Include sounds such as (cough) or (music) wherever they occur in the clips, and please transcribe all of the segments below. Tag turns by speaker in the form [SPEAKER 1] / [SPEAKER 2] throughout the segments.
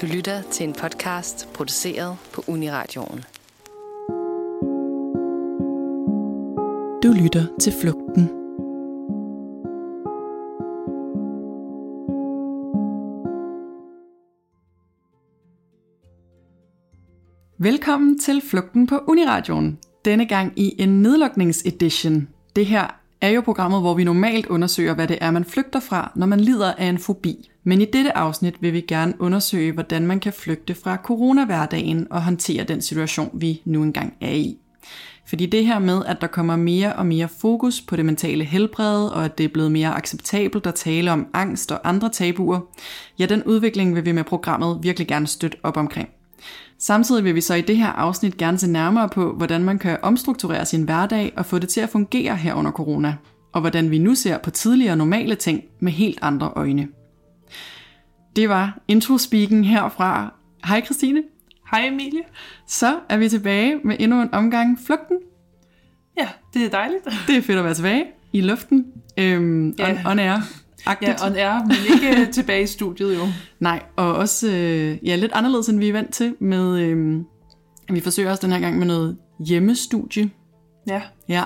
[SPEAKER 1] Du lytter til en podcast produceret på Uniradioen.
[SPEAKER 2] Du lytter til Flugten.
[SPEAKER 3] Velkommen til Flugten på Uniradioen. Denne gang i en nedlukningsedition. Det her er jo programmet, hvor vi normalt undersøger, hvad det er, man flygter fra, når man lider af en fobi. Men i dette afsnit vil vi gerne undersøge, hvordan man kan flygte fra coronahverdagen og håndtere den situation, vi nu engang er i. Fordi det her med, at der kommer mere og mere fokus på det mentale helbred, og at det er blevet mere acceptabelt at tale om angst og andre tabuer, ja, den udvikling vil vi med programmet virkelig gerne støtte op omkring. Samtidig vil vi så i det her afsnit gerne se nærmere på, hvordan man kan omstrukturere sin hverdag og få det til at fungere her under corona, og hvordan vi nu ser på tidligere normale ting med helt andre øjne. Det var introspeaken herfra. Hej Christine.
[SPEAKER 4] Hej Emilie.
[SPEAKER 3] Så er vi tilbage med endnu en omgang flugten.
[SPEAKER 4] Ja, det er dejligt.
[SPEAKER 3] Det er fedt at være tilbage i luften. Øhm,
[SPEAKER 4] Ja.
[SPEAKER 3] yeah. on, on air.
[SPEAKER 4] Ja, on air, men ikke øh, tilbage i studiet jo.
[SPEAKER 3] Nej, og også øh, ja, lidt anderledes, end vi er vant til. Med, øh, vi forsøger også den her gang med noget hjemmestudie.
[SPEAKER 4] Ja,
[SPEAKER 3] Ja.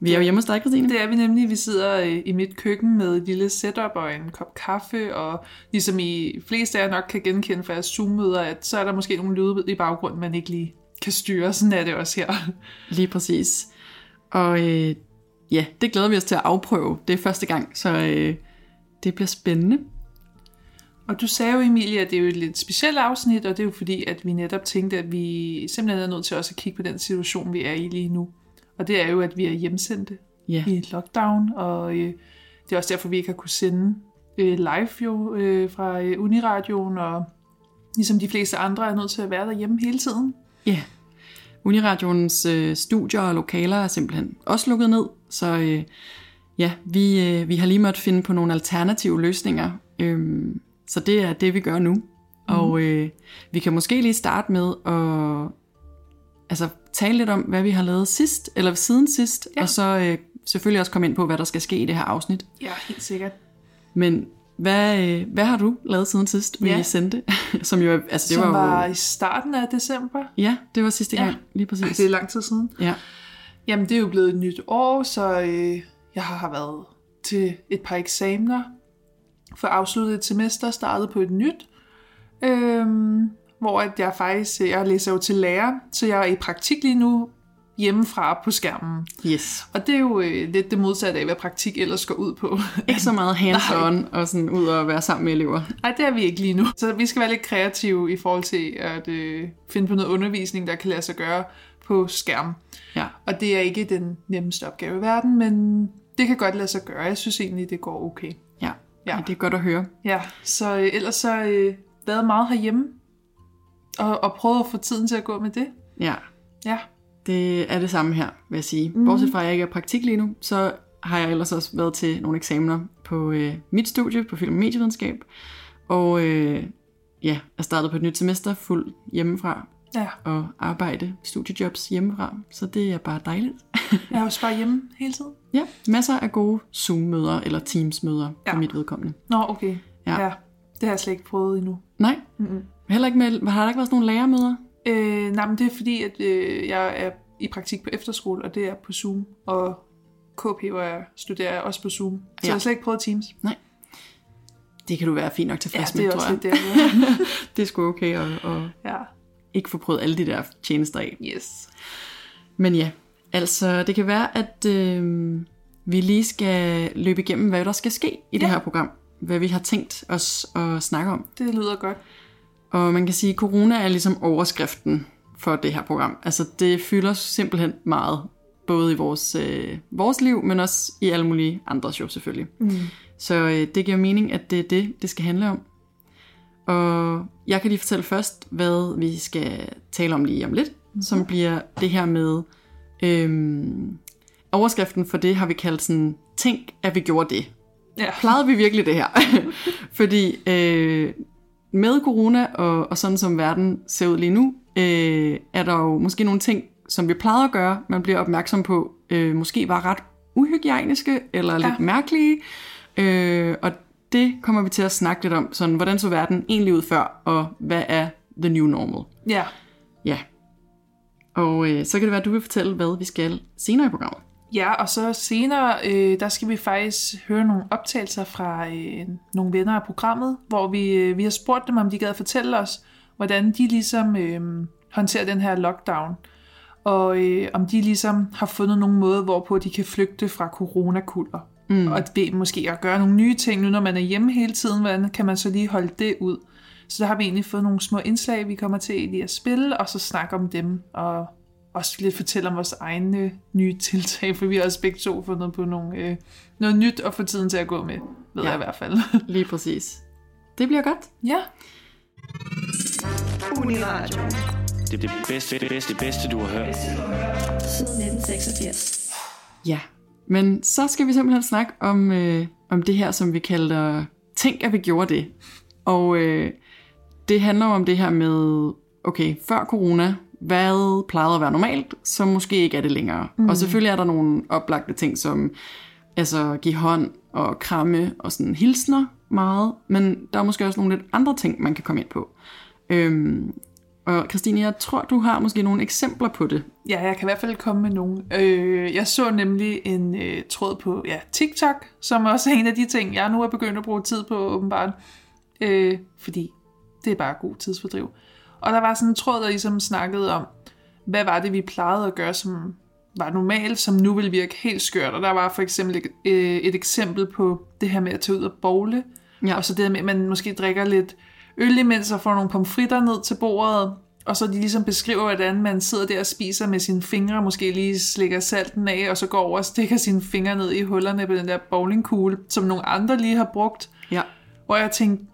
[SPEAKER 3] Vi er jo hjemme hos dig, Christine.
[SPEAKER 4] det er vi nemlig. Vi sidder øh, i mit køkken med et lille setup og en kop kaffe, og ligesom I fleste af jer nok kan genkende fra jeres Zoom-møder, at så er der måske nogle lyde i baggrunden, man ikke lige kan styre. Sådan er det også her.
[SPEAKER 3] Lige præcis. Og øh, ja, det glæder vi os til at afprøve. Det er første gang, så øh, det bliver spændende.
[SPEAKER 4] Og du sagde jo, Emilie, at det er jo et lidt specielt afsnit, og det er jo fordi, at vi netop tænkte, at vi simpelthen er nødt til også at kigge på den situation, vi er i lige nu. Og det er jo, at vi er hjemsendte.
[SPEAKER 3] Ja,
[SPEAKER 4] i lockdown, og øh, det er også derfor, vi ikke har kunne sende øh, live jo øh, fra øh, Uniradioen, og ligesom de fleste andre er nødt til at være derhjemme hele tiden.
[SPEAKER 3] ja. Uniradions øh, studier og lokaler er simpelthen også lukket ned, så øh, ja, vi, øh, vi har lige måttet finde på nogle alternative løsninger. Øhm, så det er det, vi gør nu.
[SPEAKER 4] Mhm.
[SPEAKER 3] Og øh, vi kan måske lige starte med at altså, tale lidt om, hvad vi har lavet sidst, eller siden sidst, ja.
[SPEAKER 4] Ja.
[SPEAKER 3] og så øh, selvfølgelig også komme ind på, hvad der skal ske i det her afsnit.
[SPEAKER 4] Ja, helt sikkert.
[SPEAKER 3] Men hvad, øh, hvad har du lavet siden sidst, vi ja.
[SPEAKER 4] Ja.
[SPEAKER 3] sendte? Som jo, er- altså det (laughs)
[SPEAKER 4] Som
[SPEAKER 3] var,
[SPEAKER 4] var, var
[SPEAKER 3] jo,
[SPEAKER 4] i starten af december.
[SPEAKER 3] Ja, det var sidste
[SPEAKER 4] Ja.
[SPEAKER 3] gang, lige præcis.
[SPEAKER 4] Det er lang tid siden.
[SPEAKER 3] Ja,
[SPEAKER 4] Jamen, det er jo blevet et nyt år, så øh, jeg har været til et par eksamener, for afsluttet et semester, startet på et nyt, øh, hvor at jeg faktisk, øh, jeg læser jo til lærer, så jeg er i praktik lige nu hjemmefra på skærmen.
[SPEAKER 3] yes.
[SPEAKER 4] Og det er jo øh, lidt det modsatte af, hvad praktik ellers går ud på. (laughs)
[SPEAKER 3] Ikke så meget hands-on og sådan ud og være sammen med elever.
[SPEAKER 4] Nej, det er vi ikke lige nu. Så vi skal være lidt kreative i forhold til at øh, finde på noget undervisning, der kan lade sig gøre på skærm.
[SPEAKER 3] Ja.
[SPEAKER 4] Og det er ikke den nemmeste opgave i verden, men det kan godt lade sig gøre. Jeg synes egentlig, det går okay.
[SPEAKER 3] Ja.
[SPEAKER 4] Ja.
[SPEAKER 3] ja, det er godt at høre.
[SPEAKER 4] Ja, så øh, ellers så øh, lavet meget herhjemme, og, og prøvet at få tiden til at gå med det.
[SPEAKER 3] Ja,
[SPEAKER 4] Ja,
[SPEAKER 3] det er det samme her, vil jeg sige. Mm. Bortset fra, at jeg ikke er i praktik lige nu, så har jeg ellers også været til nogle eksamener på øh, mit studie på film- og medievidenskab. Og øh, ja, jeg startede på et nyt semester fuld hjemmefra
[SPEAKER 4] ja.
[SPEAKER 3] og arbejde studiejobs hjemmefra, så det er bare dejligt.
[SPEAKER 4] jeg er jo også bare hjemme hele tiden.
[SPEAKER 3] Ja, masser af gode Zoom-møder eller Teams-møder ja. for
[SPEAKER 4] Ja.
[SPEAKER 3] mit vedkommende.
[SPEAKER 4] Nå, okay.
[SPEAKER 3] Ja.
[SPEAKER 4] ja. Det har jeg slet ikke prøvet endnu.
[SPEAKER 3] Nej,
[SPEAKER 4] Mm-mm.
[SPEAKER 3] heller ikke med, har der ikke været sådan nogle lærermøder?
[SPEAKER 4] Øh, nej, men det er fordi, at øh, jeg er i praktik på efterskole, og det er på Zoom. Og KP, hvor jeg studerer, er også på Zoom. Så
[SPEAKER 3] Ja.
[SPEAKER 4] jeg har slet ikke prøvet Teams.
[SPEAKER 3] Det kan du være fint nok
[SPEAKER 4] Ja,
[SPEAKER 3] tilfreds
[SPEAKER 4] det
[SPEAKER 3] med,
[SPEAKER 4] er
[SPEAKER 3] tror
[SPEAKER 4] også
[SPEAKER 3] jeg.
[SPEAKER 4] lidt der.
[SPEAKER 3] (laughs) Det er sgu okay at, at
[SPEAKER 4] ja.
[SPEAKER 3] ikke få prøvet alle de der tjenester af.
[SPEAKER 4] Yes.
[SPEAKER 3] Men ja, altså det kan være, at øh, vi lige skal løbe igennem, hvad der skal ske i ja. det
[SPEAKER 4] Ja.
[SPEAKER 3] her program. Hvad vi har tænkt os at snakke om.
[SPEAKER 4] Det lyder godt.
[SPEAKER 3] Og man kan sige, at corona er ligesom overskriften for det her program. Altså det fylder simpelthen meget, både i vores, øh, vores liv, men også i alle mulige andres jo selvfølgelig. Mm. Så øh, det giver mening, at det er det, det skal handle om. Og jeg kan lige fortælle først, hvad vi skal tale om lige om lidt, mm-hmm. som bliver det her med... Øhm, overskriften for det har vi kaldt sådan, tænk, at vi gjorde det
[SPEAKER 4] Ja.
[SPEAKER 3] plejede vi virkelig det her? (laughs) Fordi øh, med corona og, og sådan som verden ser ud lige nu, øh, er der jo måske nogle ting, som vi plejede at gøre, man bliver opmærksom på, øh, måske var ret uhygiejniske eller ja. lidt mærkelige. Øh, og det kommer vi til at snakke lidt om. Sådan, hvordan så verden egentlig ud før, og hvad er the new normal?
[SPEAKER 4] Ja,
[SPEAKER 3] Ja. Og øh, så kan det være, at du vil fortælle, hvad vi skal senere i programmet.
[SPEAKER 4] ja og så senere, øh, der skal vi faktisk høre nogle optagelser fra øh, nogle venner af programmet, hvor vi, øh, vi har spurgt dem, om de gad fortælle os, hvordan de ligesom øh, håndterer den her lockdown. Og øh, om de ligesom har fundet nogle måder, hvorpå de kan flygte fra coronakuller. Mm. Og ved måske at gøre nogle nye ting nu, når man er hjemme hele tiden, hvordan kan man så lige holde det ud? Så der har vi egentlig fået nogle små indslag, vi kommer til lige at spille, og så snakke om dem, og også lidt fortælle om vores egne nye tiltag, for vi har også begge to fundet på nogle, øh, noget nyt og få tiden til at gå med,
[SPEAKER 3] Ja.
[SPEAKER 4] ved ja. jeg i hvert fald.
[SPEAKER 3] Lige præcis. Det bliver godt.
[SPEAKER 4] ja,
[SPEAKER 5] Det, det bedste, det bedste, det bedste, du har hørt.
[SPEAKER 6] siden 1986.
[SPEAKER 3] Ja. Men så skal vi simpelthen snakke om, øh, om det her, som vi kalder Tænk, at vi gjorde det. Og øh, det handler jo om det her med, okay, før corona, hvad plejede at være normalt, som måske ikke er det længere. Mm. Og selvfølgelig er der nogle oplagte ting, som altså give hånd og kramme og sådan hilsner meget, men der er måske også nogle lidt andre ting, man kan komme ind på. Øhm, og Christine, jeg tror, du har måske nogle eksempler på det.
[SPEAKER 4] Ja, jeg kan i hvert fald komme med nogen. Øh, jeg så nemlig en øh, tråd på ja, TikTok, som også er en af de ting, jeg nu er begyndt at bruge tid på åbenbart. Øh, fordi det er bare god tidsfordriv. Og der var sådan en tråd, der ligesom snakkede om, hvad var det, vi plejede at gøre, som var normalt, som nu ville virke helt skørt. Og der var for eksempel et, øh, et eksempel på det her med at tage ud og bowle.
[SPEAKER 3] Ja.
[SPEAKER 4] Ja. Og så det her med, at man måske drikker lidt øl imens og får nogle pomfritter ned til bordet. Og så de ligesom beskriver, hvordan man sidder der og spiser med sine fingre, måske lige slikker salten af, og så går over og stikker sine fingre ned i hullerne på den der bowlingkugle, som nogle andre lige har brugt.
[SPEAKER 3] Ja.
[SPEAKER 4] Hvor jeg tænkte,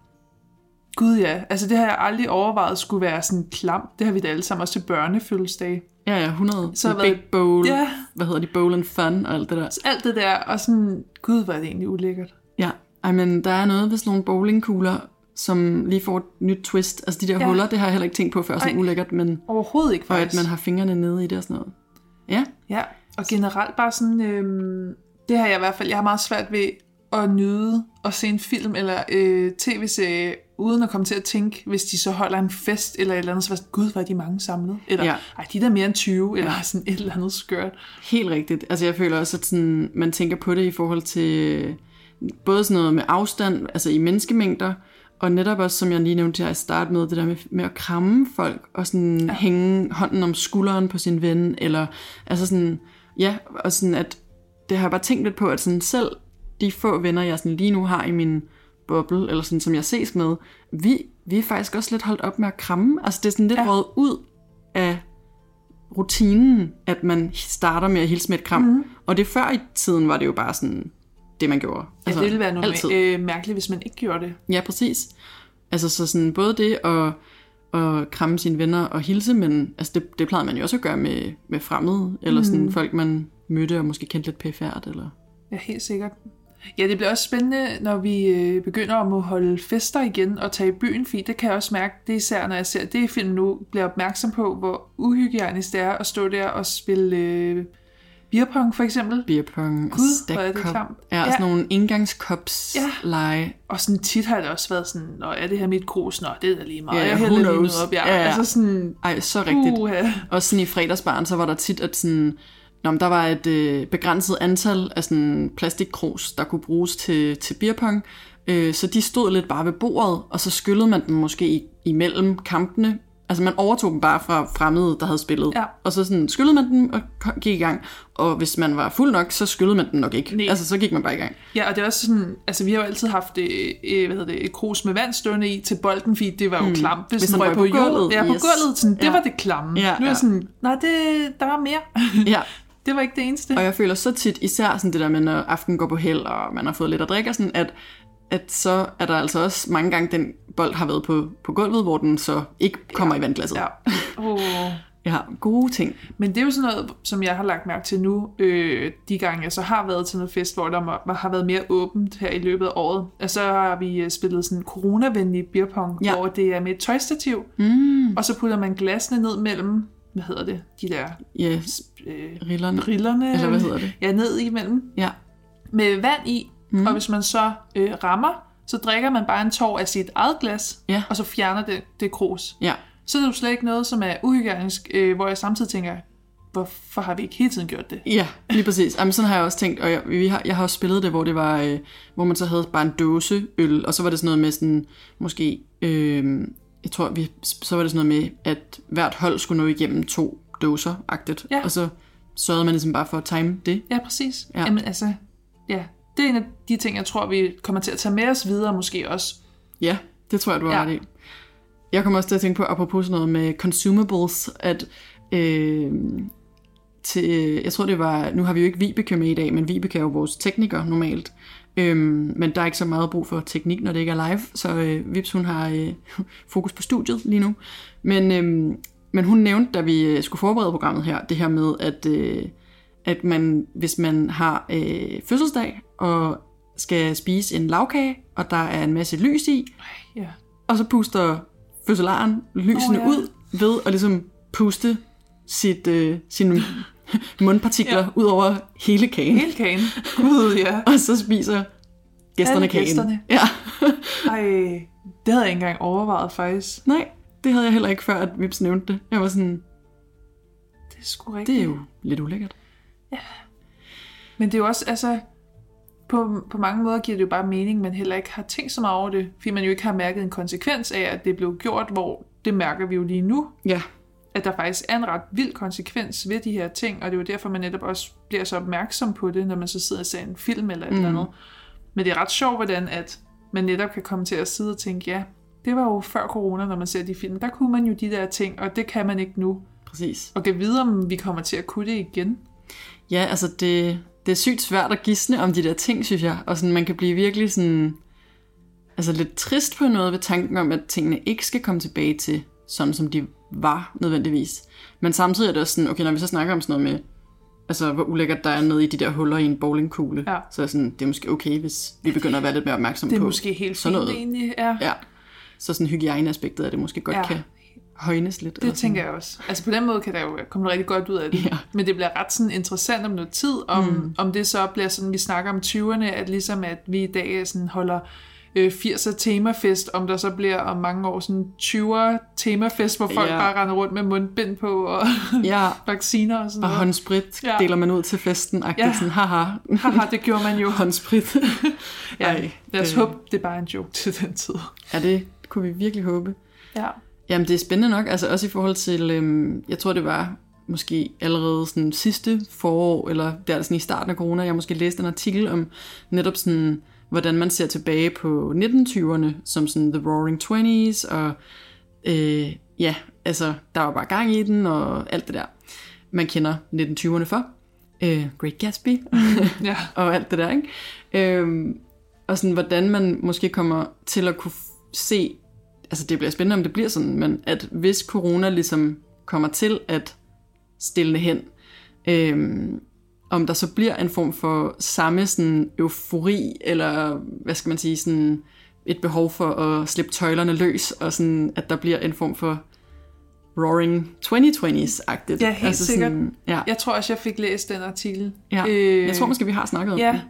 [SPEAKER 4] gud ja, altså det har jeg aldrig overvejet skulle være sådan klam. Det har vi da alle sammen også til børnefødselsdage.
[SPEAKER 3] Ja, ja, 100.
[SPEAKER 4] Så
[SPEAKER 3] Så
[SPEAKER 4] har
[SPEAKER 3] Big
[SPEAKER 4] været-
[SPEAKER 3] Bowl.
[SPEAKER 4] Ja.
[SPEAKER 3] Hvad hedder de? Bowl and Fun og alt det der.
[SPEAKER 4] Så alt det der, og sådan, gud var det egentlig ulækkert.
[SPEAKER 3] Ja, I mean, der er noget ved sådan nogle bowlingkugler, som lige får et nyt twist. Altså de der ja.
[SPEAKER 4] Ja.
[SPEAKER 3] huller, det har jeg heller ikke tænkt på før, sådan
[SPEAKER 4] Ej.
[SPEAKER 3] ulækkert, men
[SPEAKER 4] Overhovedet ikke
[SPEAKER 3] for
[SPEAKER 4] faktisk.
[SPEAKER 3] at man har fingrene nede i det og sådan noget. Ja,
[SPEAKER 4] Ja, og generelt bare sådan, øhm, det har jeg i hvert fald, jeg har meget svært ved at nyde at se en film eller øh, tv-serie, uden at komme til at tænke, hvis de så holder en fest eller et eller andet, så var jeg sådan, gud, hvor er de mange samlet? Eller,
[SPEAKER 3] Ja.
[SPEAKER 4] ja. ej, de er der mere end 20, eller sådan et eller andet skørt.
[SPEAKER 3] helt rigtigt. Altså jeg føler også, at sådan, man tænker på det i forhold til både sådan noget med afstand, altså i menneskemængder, og netop også, som jeg lige nævnte her i start med, det der med, med at kramme folk, og sådan ja. hænge hånden om skulderen på sin ven, eller altså sådan, ja, og sådan at, det har jeg bare tænkt lidt på, at sådan selv de få venner, jeg sådan lige nu har i min boble, eller sådan som jeg ses med, vi, vi er faktisk også lidt holdt op med at kramme. Altså det er sådan lidt ja. røget ud af rutinen, at man starter med at hilse med et kram.
[SPEAKER 4] Mhm.
[SPEAKER 3] Mm-hmm. Og det før i tiden var det jo bare sådan, det man gjorde.
[SPEAKER 4] Ja, altså, det ville være
[SPEAKER 3] altid.
[SPEAKER 4] noget øh, mærkeligt, hvis man ikke gjorde det.
[SPEAKER 3] Ja, præcis. Altså så sådan både det at, at kramme sine venner og hilse, men altså det, det plejede man jo også at gøre med, med fremmede, eller sådan
[SPEAKER 4] Mhm.
[SPEAKER 3] folk, man mødte og måske kendte lidt pæfærd, eller...
[SPEAKER 4] Ja, helt sikkert. Ja, det bliver også spændende, når vi øh, begynder at må holde fester igen og tage i byen, fordi det kan jeg også mærke, det er især når jeg ser det film nu, bliver opmærksom på, hvor uhygiejnisk det er at stå der og spille øh, beerpong for eksempel.
[SPEAKER 3] beer pong og
[SPEAKER 4] Gud, hvor er det
[SPEAKER 3] stackkop.
[SPEAKER 4] klamt.
[SPEAKER 3] Ja, ja,
[SPEAKER 4] Ja.
[SPEAKER 3] sådan nogle indgangskops ja.
[SPEAKER 4] Ja.
[SPEAKER 3] lege.
[SPEAKER 4] Og sådan tit har det også været sådan, Nå, er det her mit krus? Nå, det er da lige meget.
[SPEAKER 3] Ja,
[SPEAKER 4] jeg
[SPEAKER 3] who
[SPEAKER 4] hælder lige
[SPEAKER 3] knows?
[SPEAKER 4] noget op. Ja.
[SPEAKER 3] Ja,
[SPEAKER 4] Ja,
[SPEAKER 3] ja.
[SPEAKER 4] Altså sådan,
[SPEAKER 3] Ej, så rigtigt. Uh.
[SPEAKER 4] uha.
[SPEAKER 3] Også sådan i fredagsbaren, så var der tit, at sådan, Nå, men der var et øh, begrænset antal af sådan plastikkrus, der kunne bruges til, til beerpong. Øh, så de stod lidt bare ved bordet, og så skyllede man dem måske i, imellem kampene. Altså man overtog dem bare fra fremmede, der havde spillet.
[SPEAKER 4] Ja.
[SPEAKER 3] Og så sådan skyllede man dem og kom- gik i gang. Og hvis man var fuld nok, så skyllede man dem nok ikke.
[SPEAKER 4] Nej.
[SPEAKER 3] Altså så gik man bare i gang.
[SPEAKER 4] Ja, og det er også sådan, altså vi har jo altid haft øh, øh, hvad hedder det, et krus med vand stående i til bolden, fordi det var jo mm. klamt, hvis,
[SPEAKER 3] Hmm. Hvis
[SPEAKER 4] den
[SPEAKER 3] den
[SPEAKER 4] røg
[SPEAKER 3] røg på
[SPEAKER 4] jorden.
[SPEAKER 3] gulvet,
[SPEAKER 4] Ja, på
[SPEAKER 3] yes.
[SPEAKER 4] gulvet, sådan, det
[SPEAKER 3] Ja.
[SPEAKER 4] var det klamme.
[SPEAKER 3] Ja,
[SPEAKER 4] nu er
[SPEAKER 3] ja.
[SPEAKER 4] jeg sådan, nej, det, der var mere.
[SPEAKER 3] Ja.
[SPEAKER 4] (laughs) det var ikke det eneste.
[SPEAKER 3] Og jeg føler så tit, især sådan det der med, når aftenen går på held, og man har fået lidt at drikke, og sådan, at, at så er der altså også mange gange, den bold har været på, på gulvet, hvor den så ikke kommer ja. i vandglasset.
[SPEAKER 4] Ja. Oh.
[SPEAKER 3] ja, gode ting.
[SPEAKER 4] Men det er jo sådan noget, som jeg har lagt mærke til nu, øh, de gange jeg så har været til noget fest, hvor der må, har været mere åbent her i løbet af året. Og så har vi øh, spillet sådan coronavenlig beerpong,
[SPEAKER 3] Ja.
[SPEAKER 4] ja. hvor det er med et tøjstativ,
[SPEAKER 3] Mm.
[SPEAKER 4] og så putter man glasene ned mellem, hvad hedder det, de der
[SPEAKER 3] Ja,
[SPEAKER 4] øh,
[SPEAKER 3] rillerne.
[SPEAKER 4] brillerne,
[SPEAKER 3] Eller Altså, hvad hedder det?
[SPEAKER 4] Ja, ned øhm, imellem,
[SPEAKER 3] Ja,
[SPEAKER 4] med vand i, mm. og hvis man så øh, rammer, så drikker man bare en tår af sit eget glas,
[SPEAKER 3] Ja.
[SPEAKER 4] og så fjerner det, det krus.
[SPEAKER 3] Ja.
[SPEAKER 4] Så er det jo slet ikke noget, som er uhygiejnisk, øh, hvor jeg samtidig tænker, hvorfor har vi ikke hele tiden gjort det?
[SPEAKER 3] Ja, lige præcis. Jamen, sådan har jeg også tænkt, og jeg, vi har, jeg har også spillet det, hvor det var, øh, hvor man så havde bare en dåse øl, og så var det sådan noget med sådan, måske, øh, jeg tror, vi, så var det sådan noget med, at hvert hold skulle nå igennem to dåser-agtigt,
[SPEAKER 4] Ja.
[SPEAKER 3] og så sørgede man ligesom bare for at time det.
[SPEAKER 4] Ja, præcis.
[SPEAKER 3] Ja.
[SPEAKER 4] Ja. Jamen altså, ja. Det er en af de ting, jeg tror, vi kommer til at tage med os videre måske også.
[SPEAKER 3] Ja, det tror jeg, du har
[SPEAKER 4] Ja.
[SPEAKER 3] ja. ret i. Jeg kommer også til at tænke på, apropos sådan noget med consumables, at øh, til, øh, jeg tror det var, nu har vi jo ikke Vibeke med i dag, men Vibeke er jo vores tekniker normalt. Øhm, men der er ikke så meget brug for teknik, når det ikke er live, så øh, Vips hun har øh, (laughs) fokus på studiet lige nu. Men, øh, men hun nævnte, da vi øh, skulle forberede programmet her, det her med, at, øh, at man, hvis man har øh, fødselsdag og skal spise en lavkage, og der er en masse lys i,
[SPEAKER 4] Ja.
[SPEAKER 3] og så puster fødselaren lysene
[SPEAKER 4] Åh,
[SPEAKER 3] oh,
[SPEAKER 4] ja.
[SPEAKER 3] ja. ud ved at ligesom puste sit, øh, sine (laughs) mundpartikler ja. ud over hele kagen.
[SPEAKER 4] Hele kagen.
[SPEAKER 3] (laughs)
[SPEAKER 4] Gud, ja.
[SPEAKER 3] Og så spiser gæsterne
[SPEAKER 4] Alle
[SPEAKER 3] kagen.
[SPEAKER 4] gæsterne.
[SPEAKER 3] Ja. (laughs)
[SPEAKER 4] Ej, det havde jeg ikke engang overvejet faktisk.
[SPEAKER 3] Nej, det havde jeg heller ikke før, at Vips nævnte det. Jeg var sådan,
[SPEAKER 4] Det er sgu rigtigt.
[SPEAKER 3] det er jo lidt ulækkert.
[SPEAKER 4] Men det er jo også, altså, på, på mange måder giver det jo bare mening, man heller ikke har tænkt så meget over det, fordi man jo ikke har mærket en konsekvens af, at det blev gjort, hvor det mærker vi jo lige nu,
[SPEAKER 3] Ja,
[SPEAKER 4] at der faktisk er en ret vild konsekvens ved de her ting, og det er jo derfor, man netop også bliver så opmærksom på det, når man så sidder og ser en film eller et mm. eller andet. Men det er ret sjovt, hvordan at man netop kan komme til at sidde og tænke, ja, det var jo før corona, når man ser de film, der kunne man jo de der ting, og det kan man ikke nu.
[SPEAKER 3] præcis.
[SPEAKER 4] Og kan vide, om vi kommer til at kunne det igen.
[SPEAKER 3] Ja, altså det, det er sygt svært at gisne om de der ting, synes jeg. Og sådan, man kan blive virkelig sådan, altså lidt trist på noget ved tanken om, at tingene ikke skal komme tilbage til, sådan som de var nødvendigvis. Men samtidig er det også sådan, okay, når vi så snakker om sådan noget med, altså hvor ulækkert der er nede i de der huller i en bowlingkugle,
[SPEAKER 4] Ja.
[SPEAKER 3] så er sådan, det er måske okay, hvis vi begynder at være lidt mere opmærksomme
[SPEAKER 4] Det er
[SPEAKER 3] på
[SPEAKER 4] måske helt
[SPEAKER 3] sådan
[SPEAKER 4] fint
[SPEAKER 3] noget.
[SPEAKER 4] egentlig. Ja.
[SPEAKER 3] Ja. Så sådan hygiejneaspektet af det måske godt
[SPEAKER 4] Ja.
[SPEAKER 3] ja. kan højnes lidt.
[SPEAKER 4] Det tænker jeg også. Altså på den måde kan der jo komme noget rigtig godt ud af det.
[SPEAKER 3] Ja.
[SPEAKER 4] Men det bliver ret sådan interessant om noget tid, om, mm. om det så bliver sådan, vi snakker om 20'erne, at ligesom at vi i dag sådan holder øh, 80'er temafest, om der så bliver om mange år sådan 20'er temafest, hvor folk
[SPEAKER 3] Ja.
[SPEAKER 4] bare render rundt med mundbind på og
[SPEAKER 3] Ja,
[SPEAKER 4] (laughs) vacciner og sådan
[SPEAKER 3] og
[SPEAKER 4] noget.
[SPEAKER 3] håndsprit
[SPEAKER 4] Ja.
[SPEAKER 3] ja. deler man ud til festen, agtigt
[SPEAKER 4] Ja.
[SPEAKER 3] ja. sådan, haha,
[SPEAKER 4] Haha, det gjorde
[SPEAKER 3] (laughs)
[SPEAKER 4] man jo.
[SPEAKER 3] håndsprit.
[SPEAKER 4] (laughs) Ja,
[SPEAKER 3] Ej,
[SPEAKER 4] lad os
[SPEAKER 3] det-
[SPEAKER 4] håbe, det er bare en joke til den tid.
[SPEAKER 3] Ja, det kunne vi virkelig håbe.
[SPEAKER 4] Ja.
[SPEAKER 3] Jamen, det er spændende nok, altså også i forhold til, øhm, jeg tror det var måske allerede sådan sidste forår, eller der sådan i starten af corona, jeg måske læste en artikel om netop sådan, hvordan man ser tilbage på 1920'erne, som sådan The Roaring Twenties, og øh, ja, altså, der var bare gang i den, og alt det der, man kender 1920'erne for. Øh, Great Gatsby,
[SPEAKER 4] ja.
[SPEAKER 3] og alt det der, ikke? Øhm, og sådan, hvordan man måske kommer til at kunne f- se, altså det bliver spændende, om det bliver sådan, men at hvis corona ligesom kommer til at stille hen, øhm, om der så bliver en form for samme sådan eufori, eller hvad skal man sige, sådan et behov for at slippe tøjlerne løs, og sådan, at der bliver en form for roaring 2020s-agtigt.
[SPEAKER 4] Ja, helt
[SPEAKER 3] Altså Sådan, ja,
[SPEAKER 4] Jeg tror også, jeg fik læst den artikel.
[SPEAKER 3] ja. Øh, jeg tror måske, vi har snakket om
[SPEAKER 4] Ja,
[SPEAKER 3] det.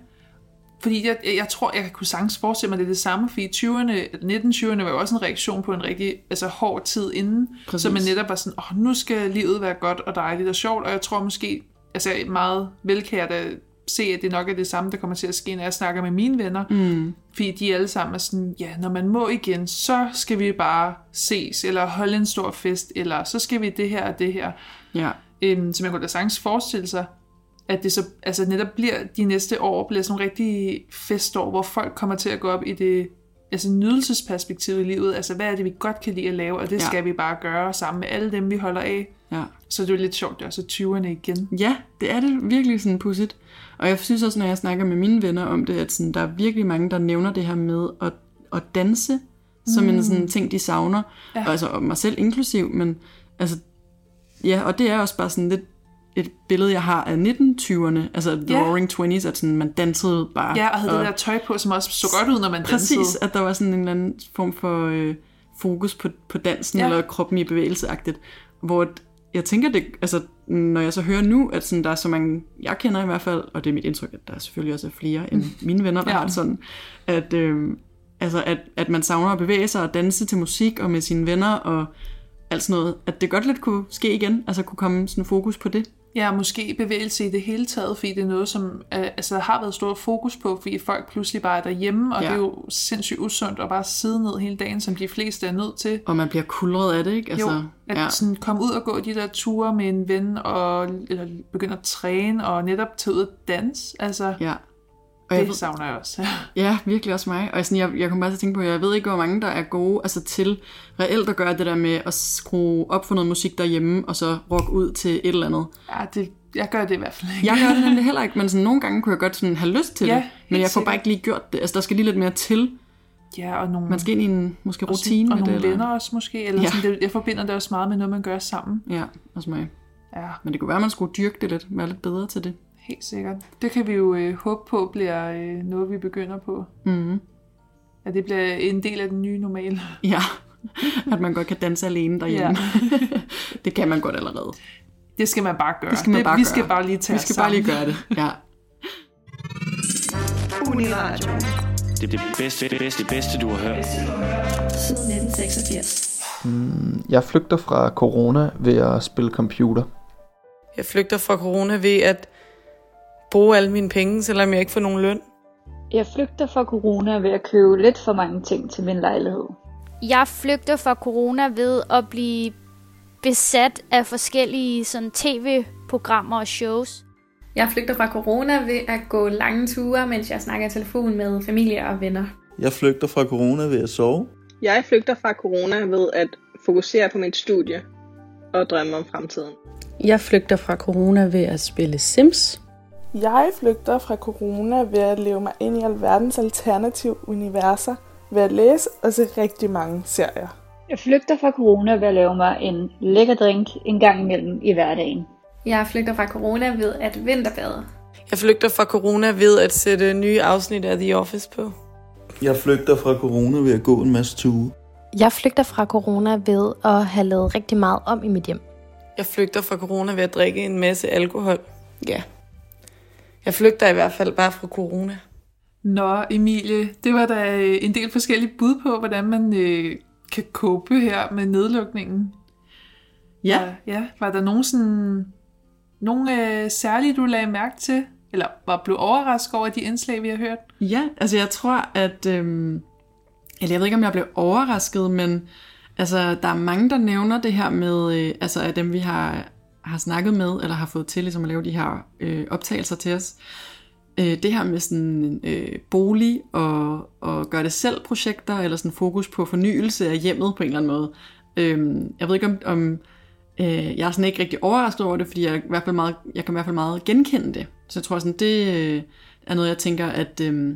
[SPEAKER 4] fordi jeg, jeg jeg tror, jeg kunne sagtens forestille mig, at det er det samme, fordi 20'erne, 1920'erne var jo også en reaktion på en rigtig altså, hård tid inden, Præcis.
[SPEAKER 3] Præcis.
[SPEAKER 4] så man netop var sådan, åh, oh, nu skal livet være godt og dejligt og sjovt, og jeg tror måske, altså meget vel kan jeg da se, at det nok er det samme, der kommer til at ske, når jeg snakker med mine venner, mm. fordi de alle sammen er sådan, ja, når man må igen, så skal vi bare ses, eller holde en stor fest, eller så skal vi det her og det her
[SPEAKER 3] Ja,
[SPEAKER 4] øhm, som jeg kunne da sagtens forestille sig, at det så altså netop bliver de næste år bliver sådan nogle rigtige festår, hvor folk kommer til at gå op i det altså nydelsesperspektiv i livet. Altså, hvad er det, vi godt kan lide at lave, og det ja.
[SPEAKER 3] Ja.
[SPEAKER 4] skal vi bare gøre sammen med alle dem, vi holder af.
[SPEAKER 3] ja.
[SPEAKER 4] Så det er jo lidt sjovt, det er også 20'erne igen.
[SPEAKER 3] Ja, det er det virkelig sådan pudsigt. Og jeg synes også, når jeg snakker med mine venner om det, at sådan, der er virkelig mange, der nævner det her med at, at danse som
[SPEAKER 4] Mm.
[SPEAKER 3] en sådan ting, de savner. Ja. Og altså og mig selv inklusiv, men altså, ja, og det er også bare sådan lidt et billede, jeg har af 1920'erne, altså the
[SPEAKER 4] Ja.
[SPEAKER 3] roaring 20s, at sådan, man dansede bare.
[SPEAKER 4] Ja, og havde det der tøj på, som også så godt ud, når man
[SPEAKER 3] Præcis,
[SPEAKER 4] dansede.
[SPEAKER 3] at der var sådan en eller anden form for øh, fokus på, på dansen
[SPEAKER 4] Ja.
[SPEAKER 3] ja. eller kroppen i bevægelseagtigt, hvor at jeg tænker det, altså når jeg så hører nu, at sådan, der er så mange, jeg kender i hvert fald, og det er mit indtryk, at der selvfølgelig også er flere end mine venner, der
[SPEAKER 4] Mm. Ja.
[SPEAKER 3] ja. har det sådan, at, øh, Altså, at, at man savner at bevæge sig og danse til musik og med sine venner og alt sådan noget. At det godt lidt kunne ske igen. Altså, kunne komme sådan fokus på det.
[SPEAKER 4] Ja, måske bevægelse i det hele taget, fordi det er noget, som øh, altså, der har været stor fokus på, fordi folk pludselig bare er derhjemme, og
[SPEAKER 3] Ja.
[SPEAKER 4] ja. det er jo sindssygt usundt at bare sidde ned hele dagen, som de fleste er nødt til.
[SPEAKER 3] Og man bliver kulret af det, ikke?
[SPEAKER 4] Jo,
[SPEAKER 3] Altså,
[SPEAKER 4] at
[SPEAKER 3] ja.
[SPEAKER 4] ja. sådan komme ud og gå de der ture med en ven, og, eller begynde at træne, og netop tage ud og danse, altså ja,
[SPEAKER 3] ja. Og jeg
[SPEAKER 4] det
[SPEAKER 3] ved,
[SPEAKER 4] savner jeg også. (laughs)
[SPEAKER 3] Ja, virkelig også mig. Og sådan, jeg, jeg kom bare til at tænke på, at jeg ved ikke, hvor mange der er gode altså til reelt at gøre det der med at skrue op for noget musik derhjemme, og så rocke ud til et eller andet.
[SPEAKER 4] ja, det, jeg gør det i hvert fald ikke.
[SPEAKER 3] Jeg gør det nemlig heller ikke, men sådan, nogle gange kunne jeg godt sådan have lyst til
[SPEAKER 4] Ja,
[SPEAKER 3] det,
[SPEAKER 4] helt
[SPEAKER 3] men jeg får
[SPEAKER 4] sikkert.
[SPEAKER 3] bare ikke lige gjort det. Altså, der skal lige lidt mere til.
[SPEAKER 4] Ja, og nogle,
[SPEAKER 3] Man skal ind i en måske rutine
[SPEAKER 4] og
[SPEAKER 3] med
[SPEAKER 4] nogle
[SPEAKER 3] det.
[SPEAKER 4] venner også måske, eller
[SPEAKER 3] Ja.
[SPEAKER 4] ja. sådan, det, jeg forbinder det også meget med noget, man gør sammen.
[SPEAKER 3] Eller... Ja, også mig.
[SPEAKER 4] Ja,
[SPEAKER 3] Men det kunne være, at man skulle dyrke det lidt, være lidt bedre til det.
[SPEAKER 4] helt sikkert. Det kan vi jo øh, håbe på bliver øh, noget, vi begynder på.
[SPEAKER 3] Mm-hmm.
[SPEAKER 4] At det bliver en del af den nye normal. (laughs)
[SPEAKER 3] Ja, at man godt kan danse alene derhjemme. Ja. (laughs) det kan man godt allerede.
[SPEAKER 4] Det skal man bare gøre.
[SPEAKER 3] Det skal man bare
[SPEAKER 4] vi
[SPEAKER 3] gøre.
[SPEAKER 4] skal bare lige tage
[SPEAKER 3] Vi
[SPEAKER 4] os
[SPEAKER 3] skal
[SPEAKER 4] sammen.
[SPEAKER 3] bare lige gøre det. Ja.
[SPEAKER 6] Uniradio.
[SPEAKER 5] Det, det bedste, det bedste, det bedste, du har hørt.
[SPEAKER 6] Siden 1986.
[SPEAKER 7] Jeg flygter fra corona ved at spille computer.
[SPEAKER 8] Jeg flygter fra corona ved at bruge alle mine penge, selvom jeg ikke får nogen løn.
[SPEAKER 9] Jeg flygter fra corona ved at købe lidt for mange ting til min lejlighed.
[SPEAKER 10] Jeg flygter fra corona ved at blive besat af forskellige sådan, tv-programmer og shows.
[SPEAKER 11] Jeg flygter fra corona ved at gå lange ture, mens jeg snakker i telefon med familie og venner.
[SPEAKER 12] Jeg flygter fra corona ved at sove.
[SPEAKER 13] Jeg flygter fra corona ved at fokusere på mit studie og drømme om fremtiden.
[SPEAKER 14] Jeg flygter fra corona ved at spille Sims.
[SPEAKER 15] Jeg flygter fra corona ved at leve mig ind i alverdens alternative universer, ved at læse og se rigtig mange serier.
[SPEAKER 9] Jeg flygter fra corona ved at lave mig en lækker drink en gang imellem i hverdagen.
[SPEAKER 11] Jeg flygter fra corona ved at vinterbade.
[SPEAKER 8] Jeg flygter fra corona ved at sætte nye afsnit af The Office på.
[SPEAKER 12] Jeg flygter fra corona ved at gå en masse ture.
[SPEAKER 16] Jeg flygter fra corona ved at have lavet rigtig meget om i mit hjem.
[SPEAKER 8] Jeg flygter fra corona ved at drikke en masse alkohol. Ja. Jeg flygter i hvert fald bare fra corona.
[SPEAKER 4] Nå, Emilie, det var da øh, en del forskellige bud på, hvordan man øh, kan kåbe her med nedlukningen.
[SPEAKER 3] Ja.
[SPEAKER 4] Var, ja. Var der nogen, sådan, nogen øh, særlige, du lagde mærke til? Eller var blev overrasket over de indslag, vi har hørt?
[SPEAKER 3] Ja, altså jeg tror, at... Øhm, eller jeg ved ikke, om jeg blev overrasket, men altså, der er mange, der nævner det her med, øh, altså af dem, vi har, har snakket med, eller har fået til ligesom, at lave de her øh, optagelser til os. Øh, det her med sådan øh, bolig og, og gøre det selv projekter, eller sådan fokus på fornyelse af hjemmet på en eller anden måde. Øh, jeg ved ikke, om, om øh, jeg er sådan ikke rigtig overrasket over det, fordi jeg, er i hvert fald meget, jeg kan i hvert fald meget genkende det. Så jeg tror sådan, det øh, er noget, jeg tænker, at øh,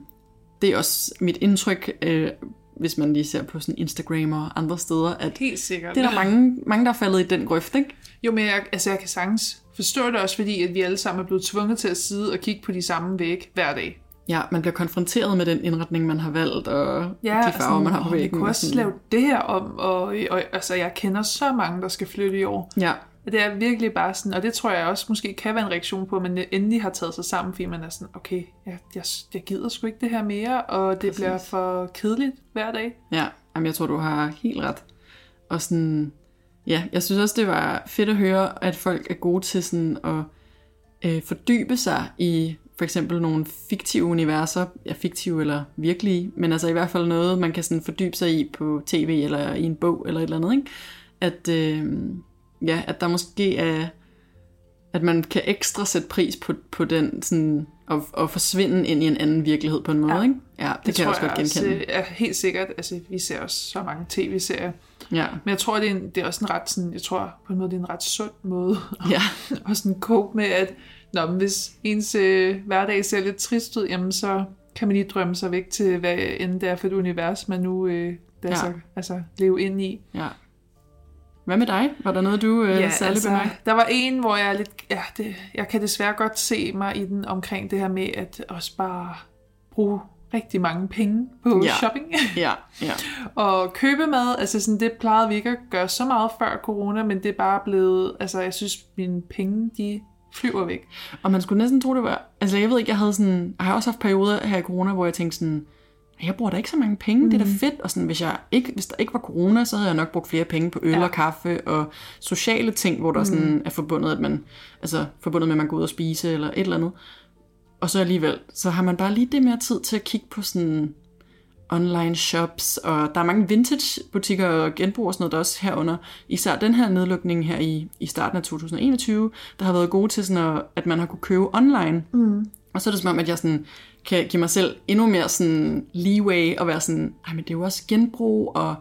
[SPEAKER 3] det er også mit indtryk, øh, hvis man lige ser på sådan Instagram og andre steder, at
[SPEAKER 4] Helt sikkert.
[SPEAKER 3] det er der mange, mange der er faldet i den grøft, ikke?
[SPEAKER 4] Jo, men jeg, altså, jeg kan sagtens forstå det også, fordi at vi alle sammen er blevet tvunget til at sidde og kigge på de samme væg hver dag.
[SPEAKER 3] Ja, man bliver konfronteret med den indretning, man har valgt, og ja, de farver,
[SPEAKER 4] og
[SPEAKER 3] sådan, man har på
[SPEAKER 4] "Åh, Vi
[SPEAKER 3] væggen.
[SPEAKER 4] kunne
[SPEAKER 3] og
[SPEAKER 4] også
[SPEAKER 3] sådan-
[SPEAKER 4] lave det her om, og, og altså, jeg kender så mange, der skal flytte i år.
[SPEAKER 3] Ja,
[SPEAKER 4] Og Det er virkelig bare sådan, og det tror jeg også måske kan være en reaktion på, at man endelig har taget sig sammen, fordi man er sådan, okay, jeg, jeg, jeg gider sgu ikke det her mere, og det Præcis. bliver for kedeligt hver dag.
[SPEAKER 3] Ja, jamen, jeg tror, du har helt ret. Og sådan, ja, jeg synes også, det var fedt at høre, at folk er gode til sådan at øh, fordybe sig i for eksempel nogle fiktive universer, ja, fiktive eller virkelige, men altså i hvert fald noget, man kan sådan fordybe sig i på tv eller i en bog eller et eller andet, ikke? At, øh, ja, at der måske er, at man kan ekstra sætte pris på, på den sådan, og, og forsvinde ind i en anden virkelighed på en måde, ja, ikke? Ja, det, det kan jeg også godt genkende.
[SPEAKER 4] øh, er helt sikkert, altså vi ser også så mange tv-serier,
[SPEAKER 3] Ja,
[SPEAKER 4] men jeg tror, det er, en, det er også en ret sådan, jeg tror på en måde, det er en ret sund måde
[SPEAKER 3] ja.
[SPEAKER 4] (laughs) at sådan cope med, at nå, men hvis ens øh, hverdag ser lidt trist ud, jamen så kan man lige drømme sig væk til, hvad end det er for et univers, man nu øh,
[SPEAKER 3] Ja.
[SPEAKER 4] der ja. så, altså, leve ind i.
[SPEAKER 3] Ja. Hvad med dig? Var der noget, du øh, ja, særlig altså... bemærkede?
[SPEAKER 4] Der var en, hvor jeg er lidt... Ja, det, jeg kan desværre godt se mig i den omkring det her med at også bare bruge rigtig mange penge på
[SPEAKER 3] Ja.
[SPEAKER 4] ja. shopping (laughs)
[SPEAKER 3] Ja, ja.
[SPEAKER 4] og købe mad. Altså sådan, det plejede vi ikke at gøre så meget før corona, men det er bare blevet... Altså jeg synes, mine penge, de flyver væk.
[SPEAKER 3] Og man skulle næsten tro, det var... Altså, jeg ved ikke, jeg havde sådan... Jeg har også haft perioder her i corona, hvor jeg tænkte sådan... jeg bruger da ikke så mange penge, mm. det er da fedt. Og sådan, hvis, jeg ikke, hvis der ikke var corona, så havde jeg nok brugt flere penge på øl ja. og kaffe og sociale ting, hvor der mm. sådan er forbundet, at man, altså, forbundet med, at man går ud og spise eller et eller andet. Og så alligevel, så har man bare lige det mere tid til at kigge på sådan online shops, og der er mange vintage butikker og genbrug og sådan noget, der også herunder. Især den her nedlukning her i, i starten af 2021, der har været gode til sådan, at, at man har kunne købe online.
[SPEAKER 4] Mm.
[SPEAKER 3] Og så er det som om, at jeg sådan, kan give mig selv endnu mere sådan leeway og være sådan, ej, men det er jo også genbrug, og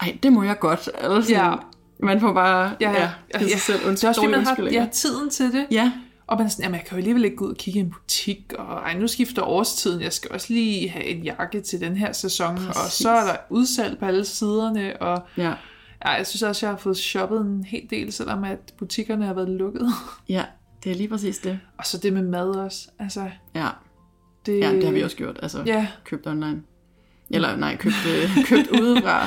[SPEAKER 3] ej, det må jeg godt. Eller sådan,
[SPEAKER 4] Ja.
[SPEAKER 3] Man får bare
[SPEAKER 4] Ja, ja.
[SPEAKER 3] give sig selv
[SPEAKER 4] det er også, fordi
[SPEAKER 3] dårlige
[SPEAKER 4] man har
[SPEAKER 3] undskyldninger.
[SPEAKER 4] ja, tiden til det.
[SPEAKER 3] Ja.
[SPEAKER 4] Og man er sådan, jamen, jeg kan jo alligevel ikke gå ud og kigge i en butik, og ej, nu skifter årstiden, jeg skal også lige have en jakke til den her sæson, Præcis. og så er der udsalg på alle siderne, og
[SPEAKER 3] ja.
[SPEAKER 4] Ja, jeg synes også, jeg har fået shoppet en hel del, selvom at butikkerne har været lukket. (laughs)
[SPEAKER 3] Ja, det er lige præcis det.
[SPEAKER 4] Og så det med mad også. Altså,
[SPEAKER 3] Ja.
[SPEAKER 4] Det-
[SPEAKER 3] Det... ja, det har vi også gjort. Altså,
[SPEAKER 4] Øh, Ja.
[SPEAKER 3] købt online. Eller nej, købt, øh, (laughs) købt
[SPEAKER 4] (laughs)
[SPEAKER 3] udefra.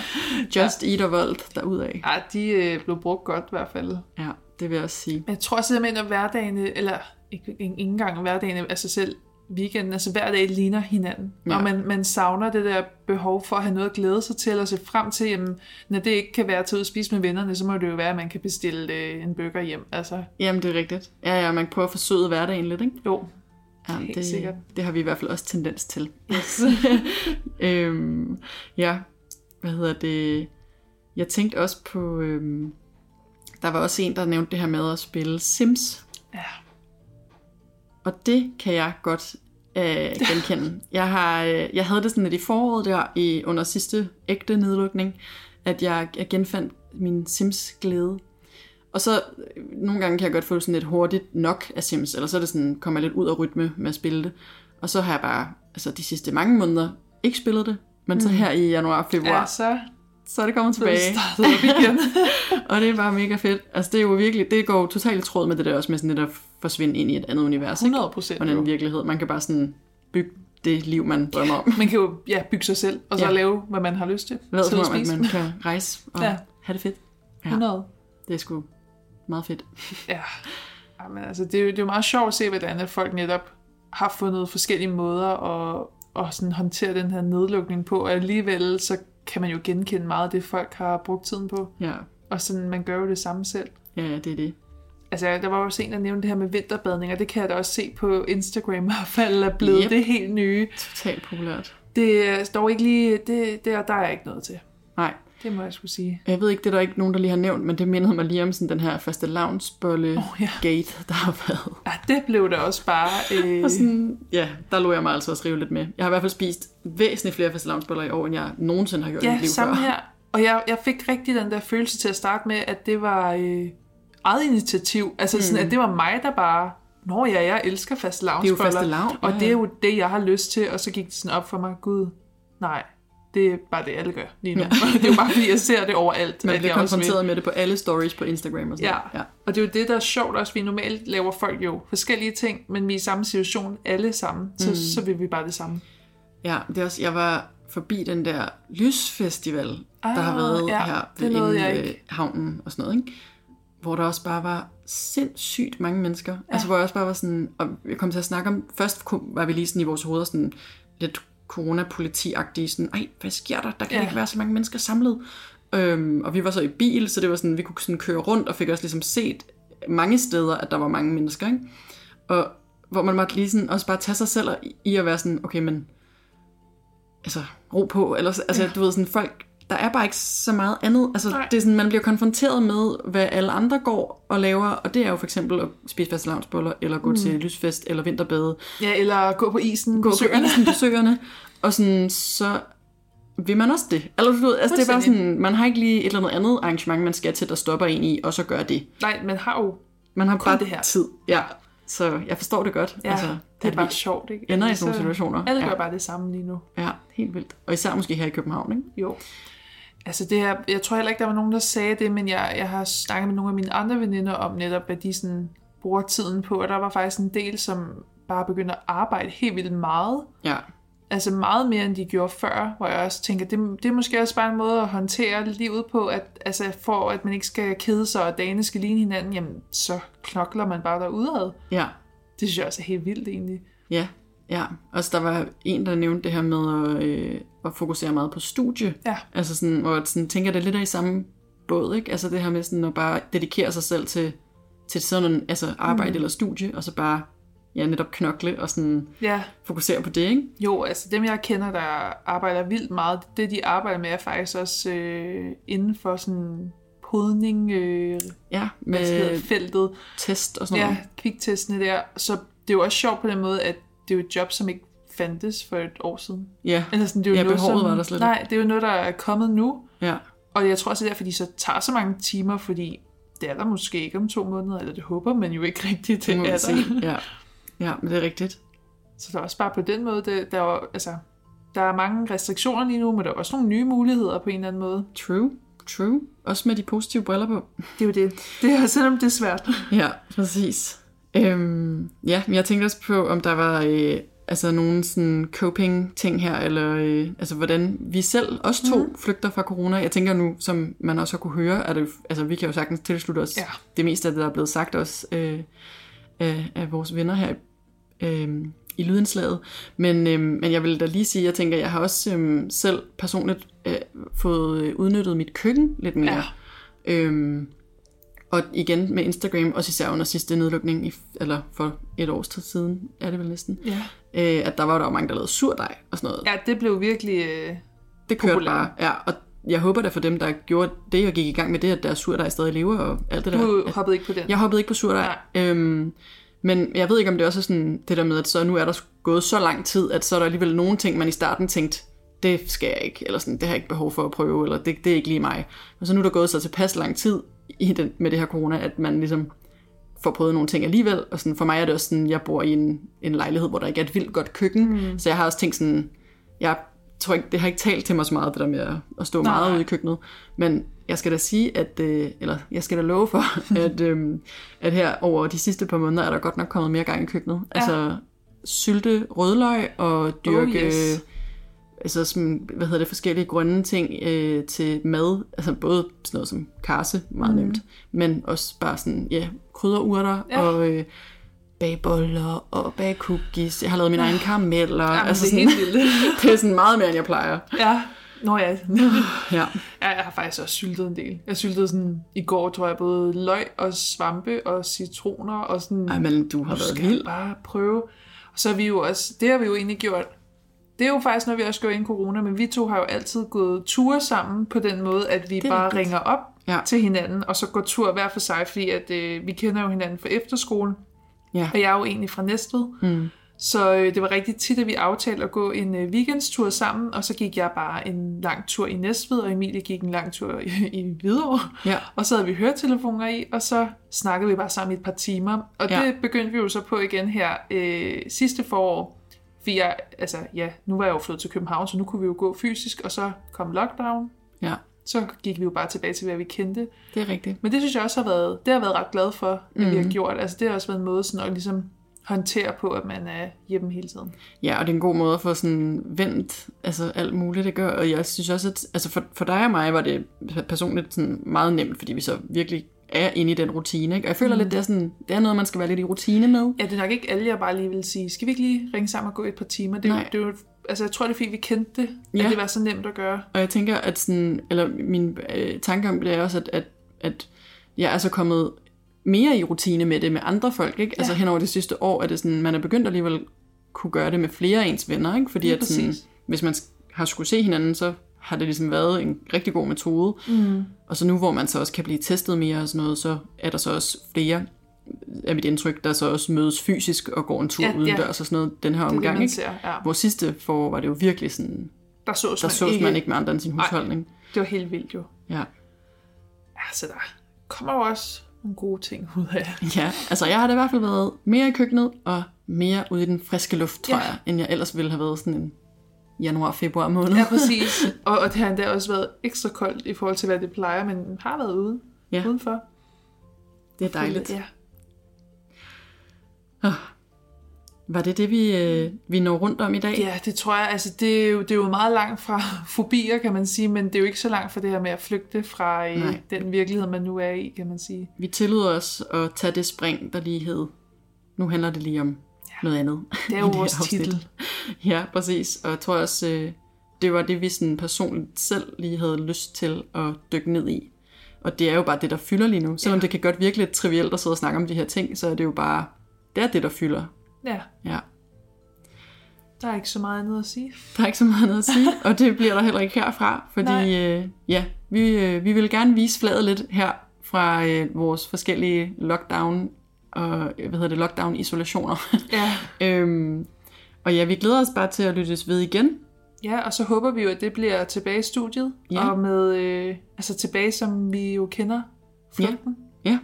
[SPEAKER 3] Just Eat og Volt derudaf.
[SPEAKER 4] Ja, de øh, blev brugt godt i hvert fald.
[SPEAKER 3] Ja, det vil jeg også sige.
[SPEAKER 4] Men jeg tror simpelthen, at hverdagen, eller ikke, ikke, ikke engang hverdagen, altså selv weekenden, altså hver dag ligner hinanden. Ja.
[SPEAKER 3] Ja.
[SPEAKER 4] Og man, man savner det der behov for at have noget at glæde sig til, og se frem til, jamen, når det ikke kan være til at tage ud og spise med vennerne, så må det jo være, at man kan bestille øh, en burger hjem. Altså,
[SPEAKER 3] Jamen, det er rigtigt. Ja, ja, man prøver at forsøde hverdagen lidt, ikke?
[SPEAKER 4] Jo,
[SPEAKER 3] ja,
[SPEAKER 4] helt
[SPEAKER 3] det,
[SPEAKER 4] sikkert.
[SPEAKER 3] Det har vi i hvert fald også tendens til. Yes. (laughs) øhm, ja, hvad hedder det? Jeg tænkte også på... Øhm, der var også en, der nævnte det her med at spille Sims.
[SPEAKER 4] Ja.
[SPEAKER 3] Og det kan jeg godt øh,
[SPEAKER 4] (laughs)
[SPEAKER 3] genkende. Jeg, har, øh, jeg havde det sådan lidt i foråret der, i, under sidste ægte nedlukning, at jeg, jeg genfandt min Sims-glæde. Og så øh, nogle gange kan jeg godt få sådan lidt hurtigt nok af Sims, eller så er det sådan, kommer jeg lidt ud af rytme med at spille det. Og så har jeg bare, altså de sidste mange måneder, ikke spillet det, men så
[SPEAKER 4] Mm.
[SPEAKER 3] her i januar og februar,
[SPEAKER 4] Ja, så
[SPEAKER 3] så er det kommet
[SPEAKER 4] blevet
[SPEAKER 3] tilbage.
[SPEAKER 4] startet
[SPEAKER 3] (laughs)
[SPEAKER 4] op igen.
[SPEAKER 3] og det er bare mega fedt. Altså det er jo virkelig, det går jo totalt i tråd med det der også med sådan lidt at forsvinde ind i et andet univers. 100
[SPEAKER 4] procent.
[SPEAKER 3] Og den virkelighed. Man kan bare sådan bygge det liv, man drømmer
[SPEAKER 4] (laughs)
[SPEAKER 3] om.
[SPEAKER 4] man kan jo ja, bygge sig selv, og så
[SPEAKER 3] Ja.
[SPEAKER 4] lave, hvad man har lyst til.
[SPEAKER 3] Lad
[SPEAKER 4] Sidde
[SPEAKER 3] som
[SPEAKER 4] og
[SPEAKER 3] om, at
[SPEAKER 4] spise.
[SPEAKER 3] man kan rejse og
[SPEAKER 4] Ja.
[SPEAKER 3] ja. have det fedt.
[SPEAKER 4] 100.
[SPEAKER 3] Det er sgu meget fedt.
[SPEAKER 4] Ja, Jamen, altså, det, er jo, det er jo meget sjovt at se, hvordan at folk netop har fundet forskellige måder at, at sådan håndtere den her nedlukning på, og alligevel så kan man jo genkende meget af det, folk har brugt tiden på.
[SPEAKER 3] Ja.
[SPEAKER 4] Og sådan, man gør jo det samme selv.
[SPEAKER 3] Ja, ja, det er det.
[SPEAKER 4] Altså, der var jo også en, der nævnte det her med vinterbadning, og det kan jeg da også se på Instagram (laughs) i hvert fald er blevet yep.
[SPEAKER 3] Yep.
[SPEAKER 4] det helt nye.
[SPEAKER 3] Totalt populært.
[SPEAKER 4] Det er dog ikke lige, det, det er, der er jeg ikke noget til.
[SPEAKER 3] Nej.
[SPEAKER 4] Det må jeg skulle sige.
[SPEAKER 3] Jeg ved ikke, det er der ikke nogen, der lige har nævnt, men det mindede mig lige om sådan den her faste lavnsbolle oh, ja. gate, der har været.
[SPEAKER 4] Ja, det blev da også bare... Øh...
[SPEAKER 3] Og sådan, ja, der lå jeg mig altså også rive lidt med. Jeg har i hvert fald spist væsentligt flere fastelavnsboller i år, end jeg nogensinde har gjort i
[SPEAKER 4] Ja,
[SPEAKER 3] mit liv
[SPEAKER 4] samme
[SPEAKER 3] før.
[SPEAKER 4] her. Og jeg, jeg fik rigtig den der følelse til at starte med, at det var øh, eget initiativ. Altså mm. sådan,
[SPEAKER 3] Mm.
[SPEAKER 4] at det var mig, der bare... Nå ja, jeg elsker fast
[SPEAKER 3] Det er jo fastelavn,
[SPEAKER 4] Og
[SPEAKER 3] ja,
[SPEAKER 4] det er
[SPEAKER 3] ja.
[SPEAKER 4] jo det, jeg har lyst til. Og så gik det sådan op for mig, gud, nej, det er bare det, alle gør lige nu. Ja.
[SPEAKER 3] Ja.
[SPEAKER 4] (laughs) det er jo bare, fordi jeg ser det overalt.
[SPEAKER 3] Man
[SPEAKER 4] at
[SPEAKER 3] bliver
[SPEAKER 4] jeg også vil.
[SPEAKER 3] konfronteret med det på alle stories på Instagram og sådan
[SPEAKER 4] Ja. ja, og det er jo det, der er sjovt også. Vi normalt laver folk jo forskellige ting, men vi er i samme situation alle sammen. Så,
[SPEAKER 3] Mm.
[SPEAKER 4] så vil vi bare det samme.
[SPEAKER 3] Ja, det er også, jeg var forbi den der lysfestival,
[SPEAKER 4] Ah,
[SPEAKER 3] der har været
[SPEAKER 4] ja,
[SPEAKER 3] her
[SPEAKER 4] det nåede
[SPEAKER 3] inde
[SPEAKER 4] jeg
[SPEAKER 3] ved
[SPEAKER 4] ikke.
[SPEAKER 3] havnen og sådan noget, ikke? hvor der også bare var sindssygt mange mennesker. Ja. Altså hvor jeg også bare var sådan, og jeg kom til at snakke om, først kom- var vi lige sådan i vores hoveder sådan lidt coronapoliti-agtige, sådan, ej, hvad sker der? Der kan
[SPEAKER 4] Ja.
[SPEAKER 3] ja. ikke være så mange mennesker samlet. Øhm, og vi var så i bil, så det var sådan, vi kunne sådan køre rundt og fik også ligesom set mange steder, at der var mange mennesker, ikke? Og hvor man måtte lige sådan også bare tage sig selv i- i at være sådan, okay, men altså, ro på, eller, altså,
[SPEAKER 4] Ja.
[SPEAKER 3] ja. du ved, sådan folk, der er bare ikke så meget andet, altså,
[SPEAKER 4] Nej.
[SPEAKER 3] Nej. det er sådan, man bliver konfronteret med, hvad alle andre går og laver, og det er jo for eksempel at spise fast eller gå
[SPEAKER 4] Mm.
[SPEAKER 3] mm. til lysfest, eller vinterbade,
[SPEAKER 4] Ja, eller gå på isen
[SPEAKER 3] gå
[SPEAKER 4] på
[SPEAKER 3] på
[SPEAKER 4] søerne.
[SPEAKER 3] isen (laughs) på søerne, og sådan, så vil man også det. Eller, du ved, altså, det er bare
[SPEAKER 4] Fuldstændig.
[SPEAKER 3] sådan, man har ikke lige et eller andet andet arrangement, man skal til, der stopper en i, og så gør det.
[SPEAKER 4] Nej, man har jo
[SPEAKER 3] Man har
[SPEAKER 4] kun
[SPEAKER 3] bare
[SPEAKER 4] det her.
[SPEAKER 3] tid. Ja, så jeg forstår det godt.
[SPEAKER 4] Ja, det er bare sjovt, ikke?
[SPEAKER 3] Altså, Ender i
[SPEAKER 4] Altså,
[SPEAKER 3] sådan nogle situationer.
[SPEAKER 4] Alle gør
[SPEAKER 3] ja.
[SPEAKER 4] bare det samme lige nu.
[SPEAKER 3] Ja, helt vildt. Og især måske her i København, ikke?
[SPEAKER 4] Jo. Altså det her, jeg tror heller ikke, der var nogen, der sagde det, men jeg, jeg har snakket med nogle af mine andre veninder om netop, hvad de sådan bruger tiden på, og der var faktisk en del, som bare begyndte at arbejde helt vildt meget.
[SPEAKER 3] Ja.
[SPEAKER 4] Altså meget mere, end de gjorde før, hvor jeg også tænker, det, det er måske også bare en måde at håndtere livet på, at, altså for at man ikke skal kede sig, og dagene skal ligne hinanden, jamen så knokler man bare derudad.
[SPEAKER 3] Ja.
[SPEAKER 4] Det synes jeg også er helt vildt egentlig.
[SPEAKER 3] Ja, Ja, også der var en, der nævnte det her med at, øh, at fokusere meget på studie.
[SPEAKER 4] Ja.
[SPEAKER 3] Altså sådan, hvor jeg sådan, tænker, det er lidt af i samme båd, ikke? Altså det her med sådan at bare dedikere sig selv til, til sådan altså arbejde
[SPEAKER 4] Mm.
[SPEAKER 3] mm. eller studie, og så bare ja, netop knokle og sådan
[SPEAKER 4] Ja.
[SPEAKER 3] fokusere på det, ikke?
[SPEAKER 4] Jo, altså dem jeg kender, der arbejder vildt meget, det de arbejder med er faktisk også øh, inden for sådan podning, øh,
[SPEAKER 3] ja,
[SPEAKER 4] med hvad
[SPEAKER 3] med
[SPEAKER 4] hedder, feltet.
[SPEAKER 3] Test og sådan
[SPEAKER 4] ja,
[SPEAKER 3] noget.
[SPEAKER 4] kviktestene der. Så det er jo også sjovt på den måde, at det er jo et job, som ikke fandtes for et år siden.
[SPEAKER 3] Ja.
[SPEAKER 4] Eller sådan, det er jo
[SPEAKER 3] Ja,
[SPEAKER 4] noget,
[SPEAKER 3] behovet
[SPEAKER 4] som,
[SPEAKER 3] var der slet ikke.
[SPEAKER 4] Nej, det er jo noget, der er kommet nu.
[SPEAKER 3] Ja.
[SPEAKER 4] Og jeg tror også, det er derfor, de så tager så mange timer, fordi det er der måske ikke om to måneder, eller det håber man jo ikke rigtigt, det
[SPEAKER 3] må vi
[SPEAKER 4] er
[SPEAKER 3] se,
[SPEAKER 4] der.
[SPEAKER 3] ja. ja, men det er rigtigt.
[SPEAKER 4] Så der er også bare på den måde, det, der, er, jo- altså, der er mange restriktioner lige nu, men der er også nogle nye muligheder på en eller anden måde.
[SPEAKER 3] True, true. Også med de positive briller på.
[SPEAKER 4] Det er jo det. Det er selvom det er svært.
[SPEAKER 3] (laughs) Ja, præcis. Øhm, ja, men jeg tænkte også på, om der var øh, altså nogle sådan coping-ting her, eller øh, altså hvordan vi selv, os to,
[SPEAKER 4] Mhm.
[SPEAKER 3] mm. flygter fra corona. Jeg tænker nu, som man også har kunne høre, at det, altså, vi kan jo sagtens tilslutte os
[SPEAKER 4] Ja.
[SPEAKER 3] det meste af det, der er blevet sagt også øh, af, af vores venner her øh, i lydindslaget. Men, øh, men jeg vil da lige sige, jeg tænker, jeg har også øh, selv personligt øh, fået øh, udnyttet mit køkken lidt mere.
[SPEAKER 4] Ja.
[SPEAKER 3] Øhm, og igen med Instagram, også især under sidste nedlukning, i, eller for et års tid siden, er det vel næsten,
[SPEAKER 4] Ja.
[SPEAKER 3] øh, at der var der jo mange, der lavede surdej og sådan noget.
[SPEAKER 4] Ja, det blev virkelig... Øh,
[SPEAKER 3] det kørte
[SPEAKER 4] populært.
[SPEAKER 3] bare. Ja, og jeg håber da for dem, der gjorde det og gik i gang med det, at deres surdej stadig lever og alt det der.
[SPEAKER 4] du
[SPEAKER 3] at-
[SPEAKER 4] hoppede ikke på den.
[SPEAKER 3] jeg hoppede ikke på surdej. Øhm, men jeg ved ikke, om det også er sådan det der med, at så nu er der gået så lang tid, at så er der alligevel nogle ting, man i starten tænkte, det skal jeg ikke, eller sådan, det har jeg ikke behov for at prøve, eller det, det er ikke lige mig. Og så nu er der gået så tilpas lang tid i den, med det her corona, at man ligesom får prøvet nogle ting alligevel. Og sådan, for mig er det også sådan, jeg bor i en, en lejlighed, hvor der ikke er et vildt godt køkken,
[SPEAKER 4] Mm.
[SPEAKER 3] mm. så jeg har også tænkt sådan, jeg tror ikke, det har ikke talt til mig så meget, det der med at, at stå
[SPEAKER 4] Nej.
[SPEAKER 3] Nej. meget ude i køkkenet. Men jeg skal da sige, at, øh, eller jeg skal da love for, (laughs) at, øh, at her over de sidste par måneder, er der godt nok kommet mere gang i køkkenet.
[SPEAKER 4] Ja.
[SPEAKER 3] Ja. Altså sylte rødløg og dyrke,
[SPEAKER 4] Oh,
[SPEAKER 3] oh,
[SPEAKER 4] yes.
[SPEAKER 3] yes. altså sådan, hvad hedder det, forskellige grønne ting øh, til mad. Altså både sådan noget som karse, meget
[SPEAKER 4] Mm.
[SPEAKER 3] mm. nemt, men også bare sådan, ja, krydderurter ja.
[SPEAKER 4] Ja.
[SPEAKER 3] og... Øh, bagboller og bagcookies. Jeg har lavet mine egne karameller.
[SPEAKER 4] Jamen,
[SPEAKER 3] altså
[SPEAKER 4] Ah, det er
[SPEAKER 3] sådan,
[SPEAKER 4] helt (laughs)
[SPEAKER 3] (laughs)
[SPEAKER 4] vildt.
[SPEAKER 3] det er sådan meget mere, end jeg plejer.
[SPEAKER 4] Ja. Nå ja.
[SPEAKER 3] Ja.
[SPEAKER 4] ja. Jeg har faktisk også syltet en del. Jeg syltede sådan, i går tror jeg, både løg og svampe og citroner og sådan...
[SPEAKER 3] Ej, men du har
[SPEAKER 4] "Nu
[SPEAKER 3] været
[SPEAKER 4] skal jeg
[SPEAKER 3] vild."
[SPEAKER 4] bare prøve. Og så er vi jo også, det har vi jo egentlig gjort, det er jo faktisk noget, vi også gjorde inden corona, men vi to har jo altid gået ture sammen på den måde, at vi
[SPEAKER 3] Det er
[SPEAKER 4] bare
[SPEAKER 3] rigtigt.
[SPEAKER 4] ringer op
[SPEAKER 3] Ja.
[SPEAKER 4] til hinanden, og så går tur hver for sig, fordi at, øh, vi kender jo hinanden fra efterskolen,
[SPEAKER 3] Ja.
[SPEAKER 4] og jeg er jo egentlig fra Næstved,
[SPEAKER 3] Mm.
[SPEAKER 4] så øh, det var rigtig tit, at vi aftalte at gå en øh, weekendstur sammen, og så gik jeg bare en lang tur i Næstved, og Emilie gik en lang tur i, i Hvidovre.
[SPEAKER 3] Ja.
[SPEAKER 4] Og så havde vi høretelefoner i, og så snakkede vi bare sammen i et par timer. Og ja.
[SPEAKER 3] Ja.
[SPEAKER 4] det begyndte vi jo så på igen her øh, sidste forår. Fordi jeg, altså ja, nu var jeg jo flyttet til København, så nu kunne vi jo gå fysisk, og så kom lockdown.
[SPEAKER 3] Ja.
[SPEAKER 4] Så gik vi jo bare tilbage til, hvad vi kendte.
[SPEAKER 3] Det er rigtigt.
[SPEAKER 4] Men det synes jeg også har været, det har jeg været ret glad for, at mm. vi har
[SPEAKER 3] Mhm.
[SPEAKER 4] gjort. Altså det har også været en måde sådan at ligesom håndtere på, at man er hjemme hele tiden.
[SPEAKER 3] Ja, og det er en god måde at få sådan vendt altså alt muligt, det gør. Og jeg synes også, at altså for, for dig og mig var det personligt sådan meget nemt, fordi vi så virkelig er inde i den rutine. Ikke? Og jeg føler
[SPEAKER 4] Mm.
[SPEAKER 3] mm. lidt, det er, sådan, det er noget, man skal være lidt i rutine med.
[SPEAKER 4] Ja, det er nok ikke alle, jeg bare lige vil sige, skal vi ikke lige ringe sammen og gå et par timer? Det er, jo,
[SPEAKER 3] Nej.
[SPEAKER 4] det er jo, altså jeg tror, det er fordi, vi kendte det, ja.
[SPEAKER 3] Ja.
[SPEAKER 4] at det var så nemt at gøre.
[SPEAKER 3] Og jeg tænker, at sådan, eller min øh, tanke om det er også, at, at, at jeg er så kommet mere i rutine med det med andre folk, ikke? Altså
[SPEAKER 4] Ja.
[SPEAKER 3] hen over det sidste år, er det sådan, man er begyndt alligevel kunne gøre det med flere af ens venner, ikke? Fordi
[SPEAKER 4] Lige
[SPEAKER 3] at sådan,
[SPEAKER 4] præcis.
[SPEAKER 3] hvis man har skulle se hinanden, så har det ligesom været en rigtig god metode.
[SPEAKER 4] Mm.
[SPEAKER 3] Og så nu, hvor man så også kan blive testet mere og sådan noget, så er der så også flere af mit indtryk, der så også mødes fysisk og går en tur
[SPEAKER 4] Ja,
[SPEAKER 3] ja,
[SPEAKER 4] ja.
[SPEAKER 3] udendørs og sådan noget den her
[SPEAKER 4] Det er det,
[SPEAKER 3] omgang.
[SPEAKER 4] man
[SPEAKER 3] ikke?
[SPEAKER 4] ser, ja.
[SPEAKER 3] Hvor sidste forår var det jo virkelig sådan,
[SPEAKER 4] Der sås,
[SPEAKER 3] der sås man ikke med andre end sin
[SPEAKER 4] Nej.
[SPEAKER 3] husholdning.
[SPEAKER 4] Det var helt vildt jo.
[SPEAKER 3] Ja.
[SPEAKER 4] Altså, der kommer jo også nogle gode ting ud
[SPEAKER 3] (laughs)
[SPEAKER 4] af.
[SPEAKER 3] ja, altså jeg har da i hvert fald været mere i køkkenet og mere ude i den friske luft, tror
[SPEAKER 4] Ja.
[SPEAKER 3] ja. jeg, end jeg ellers ville have været sådan en januar-februar måned.
[SPEAKER 4] Ja, præcis. Og, og det har endda også været ekstra koldt i forhold til, hvad det plejer, men har været ude,
[SPEAKER 3] (laughs) Ja.
[SPEAKER 4] udenfor.
[SPEAKER 3] det er dejligt.
[SPEAKER 4] Ja.
[SPEAKER 3] Var det det, vi, øh, vi når rundt om i dag?
[SPEAKER 4] ja, det tror jeg. Altså, det er, jo, det er jo meget langt fra (laughs) fobier, kan man sige, men det er jo ikke så langt fra det her med at flygte fra øh,
[SPEAKER 3] Nej.
[SPEAKER 4] den virkelighed, man nu er i, kan man sige.
[SPEAKER 3] Vi tillod os at tage det spring, der lige hed. Nu handler det lige om noget andet.
[SPEAKER 4] Det
[SPEAKER 3] (laughs)
[SPEAKER 4] er
[SPEAKER 3] i
[SPEAKER 4] jo
[SPEAKER 3] her
[SPEAKER 4] vores
[SPEAKER 3] afsnit.
[SPEAKER 4] titel.
[SPEAKER 3] Ja, præcis. Og jeg tror også, øh, det var det, vi sådan personligt selv lige havde lyst til at dykke ned i. Og det er jo bare det, der fylder lige nu. Selvom det kan godt virke lidt trivielt at sidde og snakke om de her ting, så er det jo bare, det er det, der fylder.
[SPEAKER 4] Ja,
[SPEAKER 3] Ja.
[SPEAKER 4] der er ikke så meget andet at sige.
[SPEAKER 3] Der er ikke så meget andet at
[SPEAKER 4] (laughs)
[SPEAKER 3] sige, og det bliver der heller ikke herfra, fordi
[SPEAKER 4] Nej.
[SPEAKER 3] øh, ja, vi, øh, vi vil gerne vise fladet lidt her fra øh, vores forskellige lockdown og øh, hvad hedder det, lockdown isolationer.
[SPEAKER 4] Ja.
[SPEAKER 3] (laughs) øhm, og ja, vi glæder os bare til at lyttes ved igen.
[SPEAKER 4] Ja, og så håber vi jo, at det bliver tilbage i studiet,
[SPEAKER 3] Ja.
[SPEAKER 4] ja. og med, øh, altså tilbage, som vi jo kender. Flugten.
[SPEAKER 3] Ja. ja.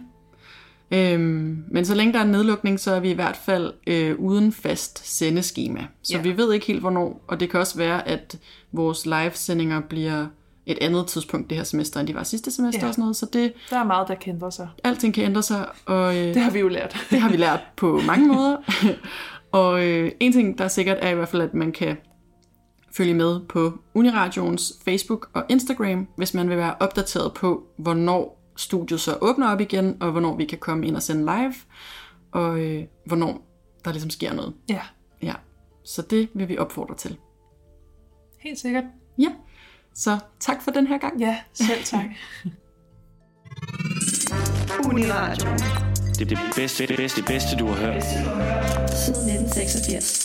[SPEAKER 3] Øhm, men så længe der er en nedlukning, så er vi i hvert fald øh, uden fast sendeskema. Så ja.
[SPEAKER 4] Ja.
[SPEAKER 3] vi ved ikke helt hvornår, og det kan også være, at vores livesendinger bliver et andet tidspunkt det her semester, end de var sidste semester
[SPEAKER 4] Ja.
[SPEAKER 3] ja. og sådan noget. Så det,
[SPEAKER 4] Der er meget, der kan ændre sig.
[SPEAKER 3] alting kan ændre sig. Og, øh,
[SPEAKER 4] Det har vi jo lært.
[SPEAKER 3] det har vi lært på mange måder. (laughs) og øh, en ting, der er sikkert, er i hvert fald, at man kan følge med på Uniradions Facebook og Instagram, hvis man vil være opdateret på, hvornår studiet så åbner op igen, og hvornår vi kan komme ind og sende live, og øh, hvornår der ligesom sker noget.
[SPEAKER 4] (laughs) Ja,
[SPEAKER 3] Ja, så det vil vi opfordre til.
[SPEAKER 4] helt sikkert.
[SPEAKER 3] Ja, så tak for den her gang.
[SPEAKER 4] Ja, selv tak.
[SPEAKER 6] Uniradio.
[SPEAKER 5] Det er det bedste, det bedste, det bedste, du har hørt.
[SPEAKER 6] Siden 1986.